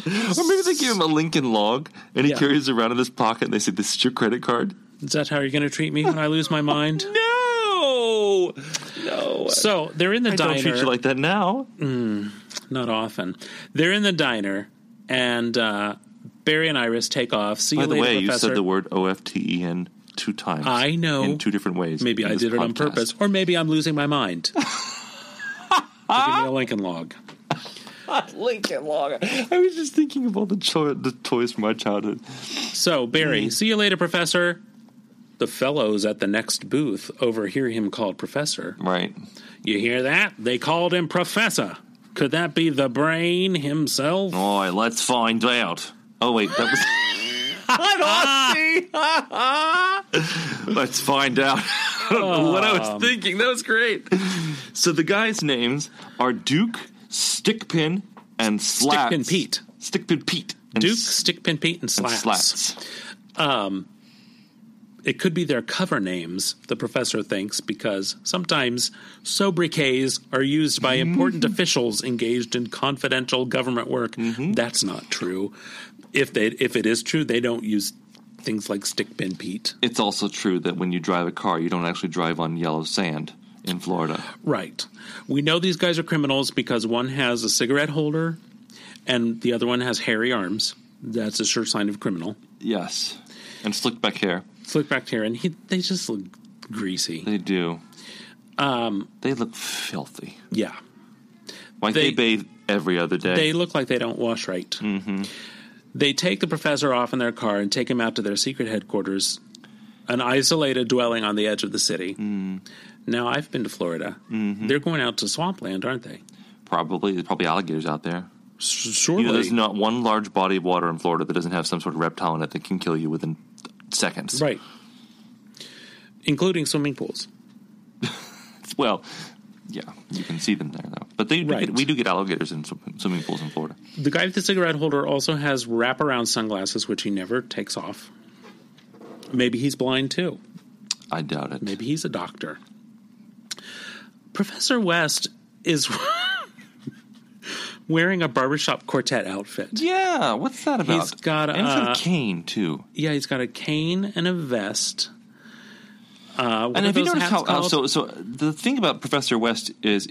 S3: maybe they give him a Lincoln log and he
S1: Yeah.
S3: carries it around in his pocket and they say, This is your credit card?
S1: Is that how you're going to treat me when I lose my
S3: [laughs]
S1: mind?
S3: No! No.
S1: So they're in the
S3: I
S1: diner.
S3: don't treat you like that now.
S1: Not often. They're in the diner, and uh, Barry and Iris take off. See
S3: By
S1: you
S3: the
S1: later,
S3: way, you
S1: Professor.
S3: said the word O F T E N two times.
S1: I know.
S3: In two different ways.
S1: maybe
S3: in
S1: I
S3: this
S1: did it on
S3: podcast.
S1: purpose, or maybe I'm losing my
S3: [laughs]
S1: mind. Give me a Lincoln log.
S3: Lincoln Log. I was just thinking of all the, cho- the toys from my childhood.
S1: So, Barry,
S3: Mm.
S1: see you later, Professor. The fellows at the next booth overhear him called Professor.
S3: Right.
S1: You hear that? They called him Professor. Could that be the brain himself?
S3: Boy, let's find out. Oh wait, [laughs] that was. I don't see. [laughs] let's find out. I don't know what I was thinking. That was great. So the guys' names are Duke, Stickpin, and Slats.
S1: Stickpin Pete.
S3: Stickpin Pete. And
S1: Duke,
S3: S-
S1: Stickpin Pete, and
S3: and
S1: Slaps.
S3: Slats.
S1: It could be their cover names, the professor thinks, because sometimes sobriquets are used by
S3: Mm-hmm.
S1: important officials engaged in confidential government work.
S3: Mm-hmm.
S1: That's not true. If they if it is true, they don't use things like stick pin Pete.
S3: It's also true that when you drive a car, you don't actually drive on yellow sand. in Florida.
S1: Right. We know these guys are criminals because one has a cigarette holder and the other one has hairy arms. That's a sure sign of criminal.
S3: Yes, and slick back hair.
S1: Flick back here, and he, they just look greasy.
S3: They do. Um, they look filthy.
S1: Yeah.
S3: Like they,
S1: they-
S3: bathe every other day.
S1: They look like they don't wash right. Mm-hmm. They take the professor off in their car and take him out to their secret headquarters, an isolated dwelling on the edge of the city. Now, I've been to Florida. They're going out to swampland, aren't they?
S3: probably there's probably alligators out there.
S1: Surely.
S3: You know, there's not one large body of water in Florida that doesn't have some sort of reptile in it that can kill you within seconds.
S1: Right. Including swimming pools.
S3: Well, yeah, you can see them there though. But they do
S1: Right.
S3: get, we do get alligators in swim- swimming pools in Florida.
S1: The guy with the cigarette holder also has wraparound sunglasses, which he never takes off. Maybe he's blind too.
S3: I doubt it.
S1: Maybe he's a doctor. Professor West is [laughs] wearing a barbershop quartet outfit.
S3: Yeah, what's that about?
S1: He's got
S3: and he's got
S1: a-
S3: a cane too.
S1: Yeah, he's got a cane and a vest. Uh, what
S3: And
S1: are
S3: if you
S1: those
S3: notice
S1: hats
S3: how uh,
S1: called?
S3: so so the thing about Professor West is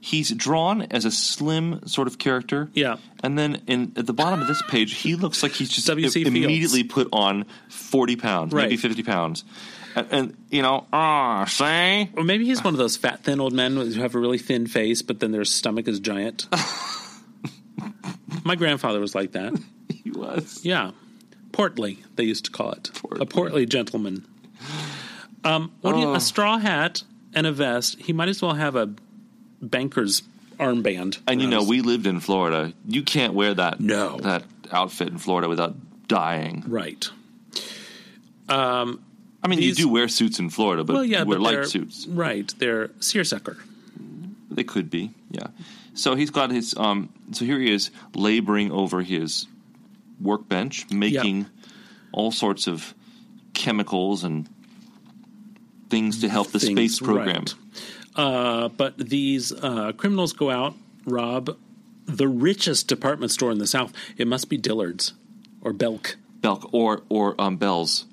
S3: he's drawn as a slim sort of character.
S1: Yeah.
S3: And then in at the bottom of this page, he looks like he's just
S1: W.C.
S3: i-
S1: Fields.
S3: immediately put on forty pounds, maybe
S1: Right.
S3: fifty pounds, and, and you know, ah, see,
S1: or maybe he's one of those fat, thin old men who have a really thin face, but then their stomach is
S3: [laughs]
S1: giant. My grandfather was like that.
S3: he was.
S1: Yeah. Portly, they used to call it. A
S3: Portly. Oh.
S1: portly gentleman. Um, what do you, a straw hat and a vest. He might as well have a banker's armband.
S3: And you
S1: around
S3: know,
S1: his-
S3: we lived in Florida. You can't wear that
S1: No.
S3: that outfit in Florida without dying.
S1: Right.
S3: I mean,
S1: These-
S3: you do wear suits in Florida, but
S1: Well, yeah,
S3: you wear
S1: but
S3: light
S1: they're-
S3: suits.
S1: Right. They're seersucker.
S3: They could be, yeah. So he's got his. Um, so here he is laboring over his workbench, making all sorts of chemicals and things to help the
S1: Things,
S3: space program.
S1: right. Uh, but these uh, criminals go out, rob the richest department store in the South. It must be Dillard's or Belk.
S3: Belk or or
S1: [gasps]
S3: um, bells.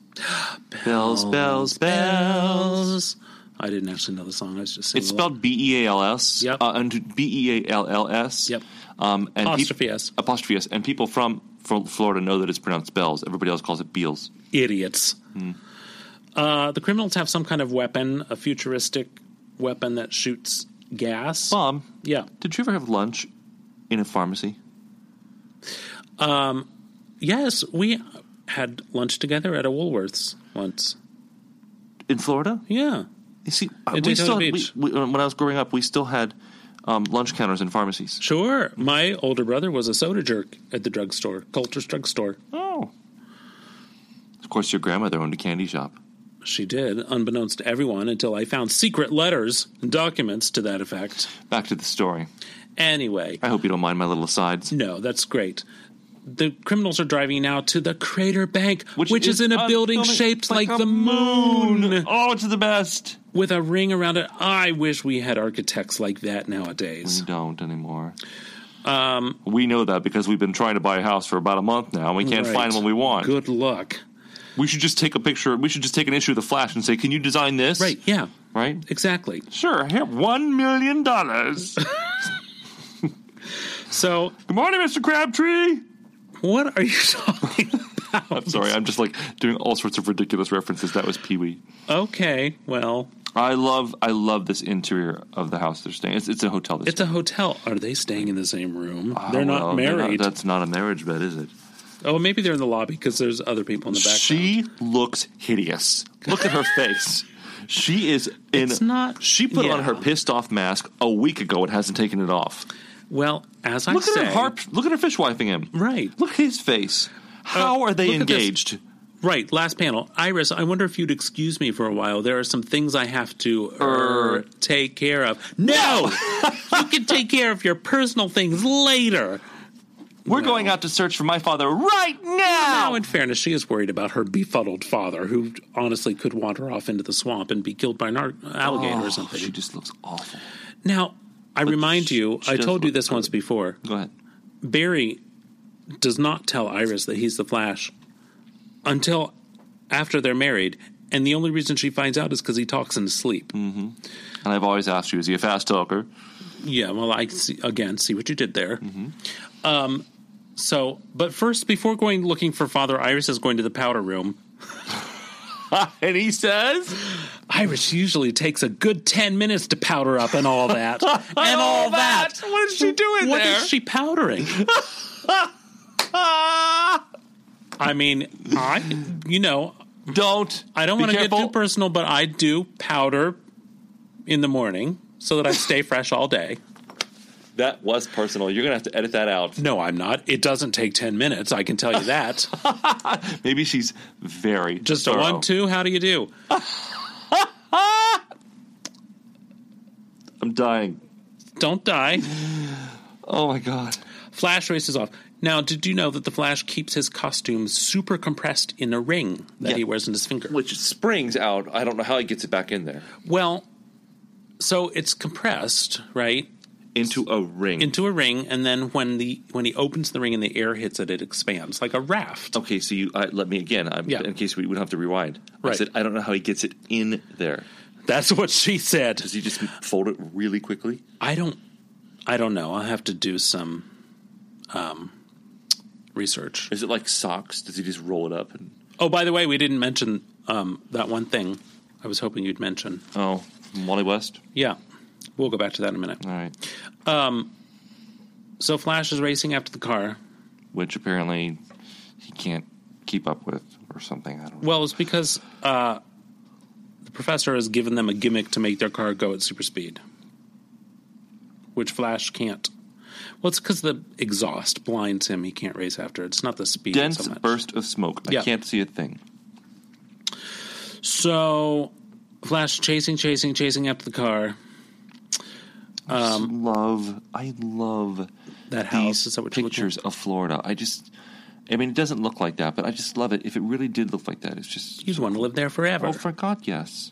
S3: bells, bells, bells,
S1: I didn't actually know the song. I was just singing.
S3: It's
S1: along.
S3: spelled B E A L S.
S1: Yep.
S3: Uh, and B E A L L S.
S1: Yep.
S3: Um, and peop-
S1: Apostrophe S.
S3: apostrophe S. And people from, from Florida know that it's pronounced bells. Everybody else calls it Beals.
S1: idiots. Uh, the criminals have some kind of weapon, a futuristic weapon that shoots gas.
S3: Mom,
S1: yeah,
S3: Did you ever have lunch in a pharmacy?
S1: yes, we had lunch together at a Woolworths once.
S3: In Florida?
S1: Yeah,
S3: You see, uh,
S1: In
S3: we
S1: Daytona
S3: still had, we,
S1: Beach.
S3: we, uh, when I was growing up, we still had um, lunch counters in pharmacies.
S1: sure. My older brother was a soda jerk at the drugstore, Coulter's drugstore.
S3: Oh. Of course, your grandmother owned a candy shop.
S1: She did, unbeknownst to everyone, until I found secret letters and documents to that effect.
S3: Back to the story.
S1: Anyway,
S3: I hope you don't mind my little asides.
S1: no, that's great. The criminals are driving now to the Crater Bank, which, is, in a building, shaped like,
S3: a
S1: the moon.
S3: Oh, it's the best.
S1: with a ring around it. I wish we had architects like that
S3: We
S1: nowadays.
S3: don't anymore. Um, we know that because we've been trying to buy a house for about a month now, and we can't
S1: Right.
S3: find one we want.
S1: Good luck.
S3: We should just take a picture. We should just take an issue of the Flash and say, "Can you design this?"
S1: Right, yeah,
S3: Right.
S1: exactly.
S3: Sure. Here, one million [laughs] dollars.
S1: So,
S3: Good morning, Mr. Crabtree.
S1: what are you [laughs] talking
S3: I'm sorry. I'm just like doing all sorts of ridiculous references. That was Pee Wee.
S1: Okay, well,
S3: I love. I love this interior of the house they're staying. It's, it's a hotel. This
S1: it's a hotel. Are they staying in the same room?
S3: Oh,
S1: Ah, they're
S3: well,
S1: not married.
S3: that's not a marriage bed, is it?
S1: oh, maybe they're in the lobby because there's other people in the background.
S3: She looks hideous.
S1: [laughs]
S3: Look at her face. She is in.
S1: It's not-
S3: She put on
S1: yeah.
S3: her pissed off mask a week ago and hasn't taken it off.
S1: well, as I
S3: Look
S1: say,
S3: at her harp. Look at her fishwiping him.
S1: Right.
S3: Look at his face. How
S1: Uh,
S3: are they
S1: look at this.
S3: engaged?
S1: right, last panel. Iris, I wonder if you'd excuse me for a while. There are some things I have to er, take care of. No! [laughs] you can take care of your personal things later.
S3: We're going out to search for my father right
S1: Now,
S3: now.
S1: in fairness, she is worried about her befuddled father, who honestly could wander off into the swamp and be killed by an ar- alligator or
S3: Oh, she
S1: something.
S3: just looks awful.
S1: Now, I remind
S3: she-
S1: you,
S3: she
S1: I
S3: does
S1: told you
S3: look
S1: this once before.
S3: Go ahead.
S1: Barry does not tell Iris that he's the Flash until after they're married, and the only reason she finds out is because he talks in his sleep.
S3: And I've always asked you, is he a fast talker?
S1: Yeah, well, I see, again see what you did there.
S3: Mm-hmm.
S1: Um, so, but first, before going looking for Father, Iris is going to the powder room.
S3: and he says,
S1: Iris usually takes a good ten minutes to powder up and all
S3: [laughs]
S1: that, and all that.
S3: What is she
S1: "Oh,
S3: doing
S1: What
S3: there?
S1: is she powdering? I mean, I you know
S3: Don't.
S1: I don't
S3: Be
S1: want to get
S3: careful.
S1: too personal, but I do powder in the morning so that I stay fresh all day.
S3: That was personal. You're gonna have to edit that out.
S1: No, I'm not. It doesn't take ten minutes. I can tell you
S3: [laughs]
S1: that.
S3: Maybe she's very
S1: Just a
S3: thorough.
S1: one, two. How do you do?
S3: I'm dying.
S1: Don't die.
S3: Oh my god.
S1: Flash races off. Now, did you know that the Flash keeps his costume super compressed in a ring that
S3: Yeah.
S1: he wears on his finger?
S3: Which springs out. I don't know how he gets it back in there
S1: Well, so it's compressed, right?
S3: into a ring.
S1: Into a ring, and then when the when he opens the ring and the air hits it, it expands like a raft.
S3: okay, so you I, let me again. I'm,
S1: Yeah.
S3: In case we, we don't have to rewind. I
S1: Right.
S3: said I don't know how he gets it in there.
S1: That's what she said.
S3: Does he just fold it really quickly?
S1: I don't I don't know. I'll have to do some um research.
S3: Is it like socks? Does he just roll it up? And,
S1: Oh, by the way, we didn't mention um that one thing I was hoping you'd mention.
S3: oh, Wally West.
S1: Yeah. We'll go back to that in a minute.
S3: All right.
S1: So Flash is racing after the car.
S3: Which apparently he can't keep up with or something. I don't know.
S1: Well, it's because uh the professor has given them a gimmick to make their car go at super speed. Which Flash can't. Well, it's because the exhaust blinds him. He can't race after it. It's not the speed.
S3: Dense
S1: so much.
S3: burst of smoke. I
S1: Yeah.
S3: can't see a thing.
S1: So, Flash chasing, chasing, chasing after the car.
S3: Just love, I love
S1: Um, That house
S3: these
S1: is that what you're looking
S3: pictures of Florida. I just, I mean, it doesn't look like that, but I just love it. If it really did look like that, it's just.
S1: You'd want to live there forever.
S3: oh, for God, yes.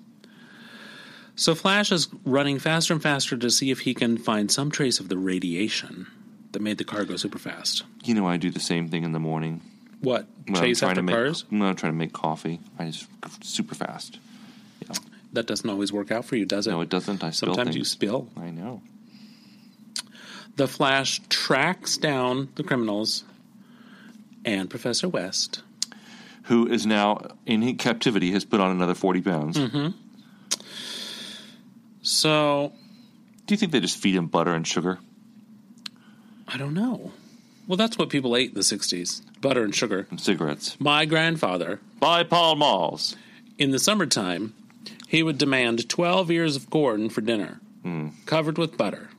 S1: so Flash is running faster and faster to see if he can find some trace of the radiation that made the car go super fast.
S3: You know, I do the same thing in the morning.
S1: What
S3: when I'm
S1: chase
S3: trying
S1: after
S3: to make,
S1: cars?
S3: When I'm trying to make coffee, I just super fast.
S1: That doesn't always work out for you, does it?
S3: No, it doesn't. I spill
S1: Sometimes you
S3: things.
S1: spill.
S3: I know.
S1: The Flash tracks down the criminals and Professor West.
S3: Who is now in captivity has put on another 40 pounds.
S1: So
S3: Do you think they just feed him butter and sugar?
S1: I don't know. Well, that's what people ate in the '60s: butter and sugar.
S3: and Cigarettes.
S1: My grandfather
S3: Buy Pall Malls.
S1: in the summertime, he would demand 12 ears of corn for dinner,
S3: Hmm.
S1: covered with butter.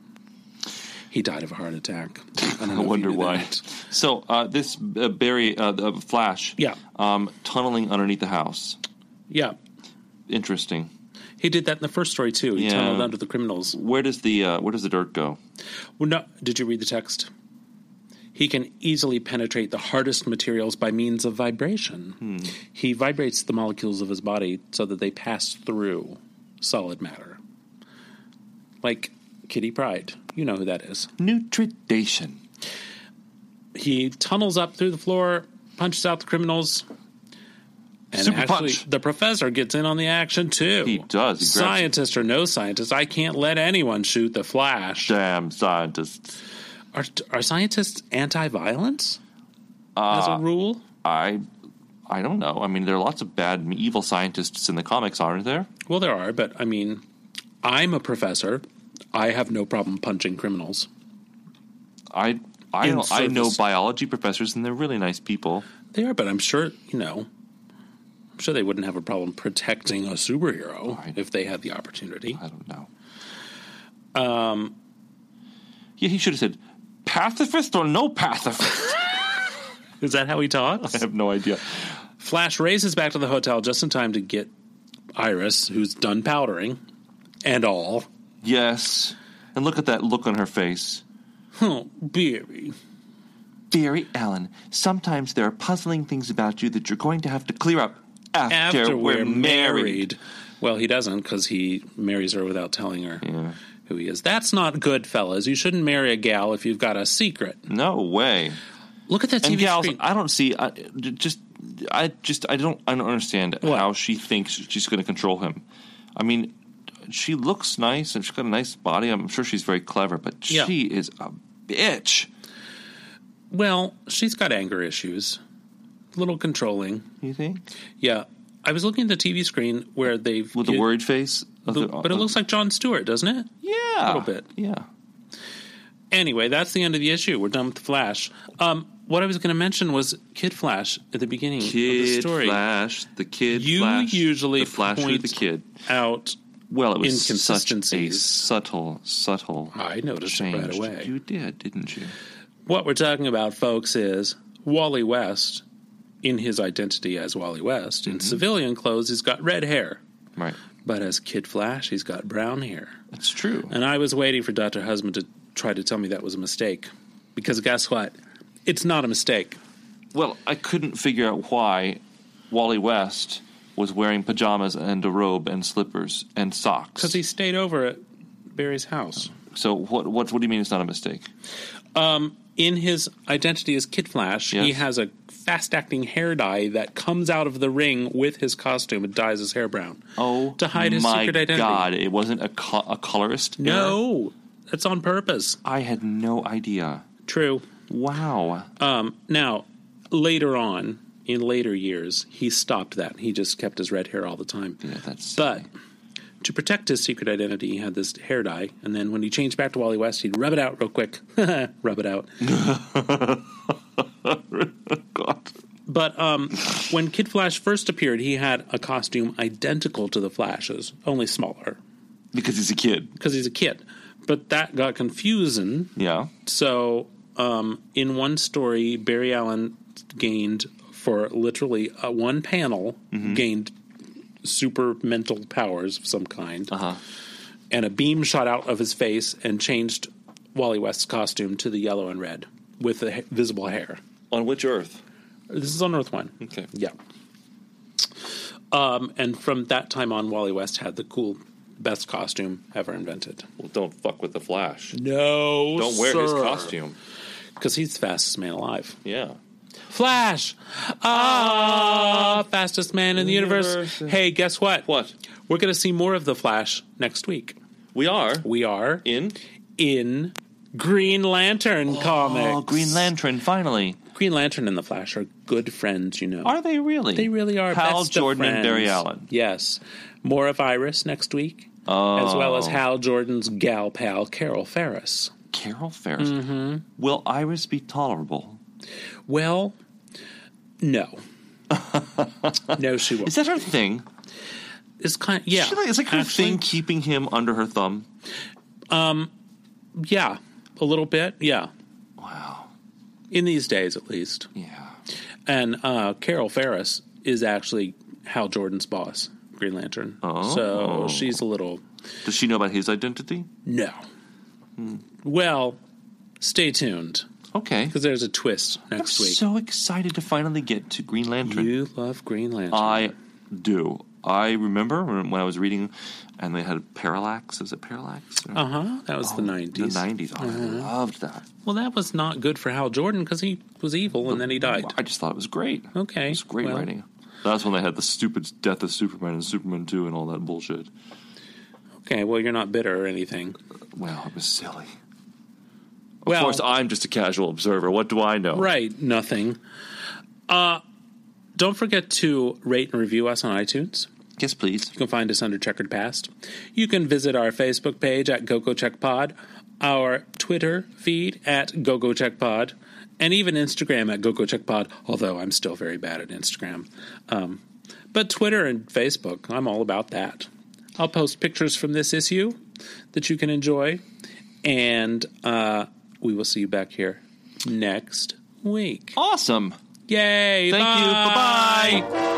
S1: He died of a heart attack.
S3: [laughs]
S1: I, don't know
S3: I
S1: if you
S3: wonder
S1: knew
S3: why.
S1: that.
S3: So uh, this uh, Barry uh, the Flash,
S1: Yeah.
S3: um, tunneling underneath the house.
S1: Yeah.
S3: Interesting.
S1: He did that in the first story, too. He
S3: Yeah.
S1: tunneled under the criminals.
S3: Where does the uh, where does the dirt go?
S1: Well, no, did you read the text? He can easily penetrate the hardest materials by means of vibration.
S3: Hmm.
S1: He vibrates the molecules of his body so that they pass through solid matter. Like Kitty Pride. You know who that is.
S3: Nutridation.
S1: he tunnels up through the floor, punches out the criminals. And
S3: Super
S1: actually,
S3: punch.
S1: the professor gets in on the action too.
S3: He does. He grabs-
S1: scientist or no scientist, I can't let anyone shoot the Flash.
S3: Damn scientists.
S1: Are, are scientists anti-violence as a rule?
S3: I I don't know. I mean, there are lots of bad and evil scientists in the comics, aren't there?
S1: Well, there are, but I mean, I'm a professor. I have no problem punching criminals.
S3: I I
S1: In
S3: don't- I know
S1: service.
S3: biology professors, and they're really nice people.
S1: They are, but I'm sure you know. I'm sure they wouldn't have a problem protecting a superhero
S3: Right.
S1: if they had the opportunity.
S3: I don't know. Um.
S1: Um,
S3: Yeah, he should have said pacifist or no pacifist. [laughs]
S1: Is that how he talks?
S3: I have no idea.
S1: Flash races back to the hotel just in time to get Iris, who's done powdering and all. [laughs]
S3: Yes. And look at that look on her face.
S1: Oh, Beery.
S3: Deary Ellen, sometimes there are puzzling things about you that you're going to have to clear up after,
S1: After
S3: we're, married.
S1: Well, he doesn't because he marries her without telling her
S3: Yeah.
S1: who he is. That's not good, fellas. You shouldn't marry a gal if you've got a secret.
S3: No way.
S1: Look at that TV
S3: And gals,
S1: screen.
S3: I don't see. I, j- just I just I don't I don't understand how she thinks she's going to control him. I mean, she looks nice and she's got a nice body. I'm sure she's very clever, but
S1: Yeah.
S3: she is a bitch.
S1: Well, she's got anger issues, a little controlling.
S3: You think
S1: Yeah. I was looking at the TV screen where they've.
S3: with the worried face? of
S1: But,
S3: the-
S1: but it looks like John Stewart, doesn't it?
S3: yeah, a
S1: little bit.
S3: Yeah,
S1: Anyway, that's the end of the issue. We're done with the Flash. Um, what I was going to mention was Kid Flash at the beginning of the
S3: kid
S1: story.
S3: Flash, the kid.
S1: You
S3: Flash,
S1: usually
S3: the Flash with
S1: point-
S3: the kid.
S1: Out.
S3: Well, it was such a
S1: inconsistencies.
S3: subtle, subtle.
S1: I noticed it right
S3: change.
S1: away.
S3: You did, didn't you?
S1: What we're talking about, folks, is Wally West in his identity as Wally West. In civilian clothes, he's got red hair.
S3: Right.
S1: But as Kid Flash, he's got brown hair.
S3: That's true.
S1: And I was waiting for Dr. Husband to try to tell me that was a mistake. Because guess what? It's not a mistake.
S3: Well, I couldn't figure out why Wally West was wearing pajamas and a robe and slippers and socks.
S1: Because he stayed over at Barry's house.
S3: so what? What? What do you mean it's not a mistake?
S1: In his identity as Kid Flash, he
S3: Yes.
S1: has a fast acting hair dye that comes out of the ring with his costume and dyes his hair brown.
S3: Oh,
S1: to hide his
S3: my
S1: secret identity.
S3: God! It wasn't a, co- a colorist. error?
S1: No, that's on purpose.
S3: I had no idea.
S1: True.
S3: Wow.
S1: Uh, Now, later on, in later years, he stopped that. He just kept his red hair all the time.
S3: Yeah, that's
S1: But to protect his secret identity, he had this hair dye, and then when he changed back to Wally West, he'd rub it out real quick. [laughs] rub it out.
S3: [laughs] God.
S1: But um, when Kid Flash first appeared, he had a costume identical to the Flash's, only smaller,
S3: Because he's a kid.
S1: because he's a kid. But that got confusing.
S3: Yeah.
S1: So, um, in one story, Barry Allen gained for literally uh, one panel
S3: Mm-hmm.
S1: gained super mental powers of some kind,
S3: Uh huh.
S1: and a beam shot out of his face and changed Wally West's costume to the yellow and red with the ha- visible hair.
S3: On which Earth?
S1: This is on Earth One.
S3: Okay.
S1: Yeah. Um, and from that time on, Wally West had the cool, best costume ever invented.
S3: Well, don't fuck with the Flash.
S1: No,
S3: Don't wear his costume.
S1: because he's the fastest man alive.
S3: Yeah.
S1: Flash, ah, fastest man in the universe.
S3: Universe.
S1: Hey, guess what?
S3: What?
S1: We're going to see more of the Flash next week.
S3: We are
S1: We are
S3: in.
S1: in Green Lantern comics.
S3: Oh, Green Lantern! Finally,
S1: Green Lantern and the Flash are good friends, you know.
S3: are they really?
S1: They really are.
S3: Hal
S1: best of
S3: Jordan and Barry
S1: friends.
S3: Allen.
S1: Yes. More of Iris next week, as well
S3: Oh.
S1: as Hal Jordan's gal pal, Carol Ferris.
S3: Carol Ferris.
S1: Mm-hmm.
S3: Will Iris be tolerable?
S1: Well,
S3: [laughs]
S1: no. no, she won't.
S3: Is that her thing?
S1: it's kind yeah.
S3: She like, it's like her
S1: actually,
S3: thing keeping him under her thumb.
S1: Yeah. A little bit. Yeah.
S3: Wow.
S1: In these days, at least.
S3: Yeah.
S1: And uh, Carol Ferris is actually Hal Jordan's boss, Green Lantern.
S3: Oh.
S1: So she's a little.
S3: Does she know about his identity?
S1: No.
S3: Hmm.
S1: Well, stay tuned
S3: Okay.
S1: because there's a twist
S3: I'm
S1: next week.
S3: so excited to finally get to Green Lantern.
S1: You love Green Lantern.
S3: I do. I remember when I was reading, and they had Parallax. Is it Parallax?
S1: uh huh. That was the
S3: Oh, The
S1: nineties. Uh-huh.
S3: nineties. Oh, I loved that.
S1: Well, that was not good for Hal Jordan because he was evil and then he died.
S3: I just thought it was great.
S1: Okay,
S3: It was great
S1: well.
S3: writing. That's when they had the stupid death of Superman and Superman 2 and all that bullshit.
S1: Okay. Well, you're not bitter or anything.
S3: Wow, it was silly.
S1: well,
S3: of course, I'm just a casual observer. What do I know?
S1: right. Nothing. Uh, don't forget to rate and review us on iTunes.
S3: Yes, please.
S1: You can find us under Checkered Past. You can visit our Facebook page at GoGo Check Pod, our Twitter feed at GoGo Check Pod, and even Instagram at GoGo Check Pod, although I'm still very bad at Instagram. Um, but Twitter and Facebook, I'm all about that. I'll post pictures from this issue that you can enjoy, and uh, we will see you back here next week.
S3: Awesome.
S1: Yay!
S3: Thank you.
S1: bye.
S3: Bye bye.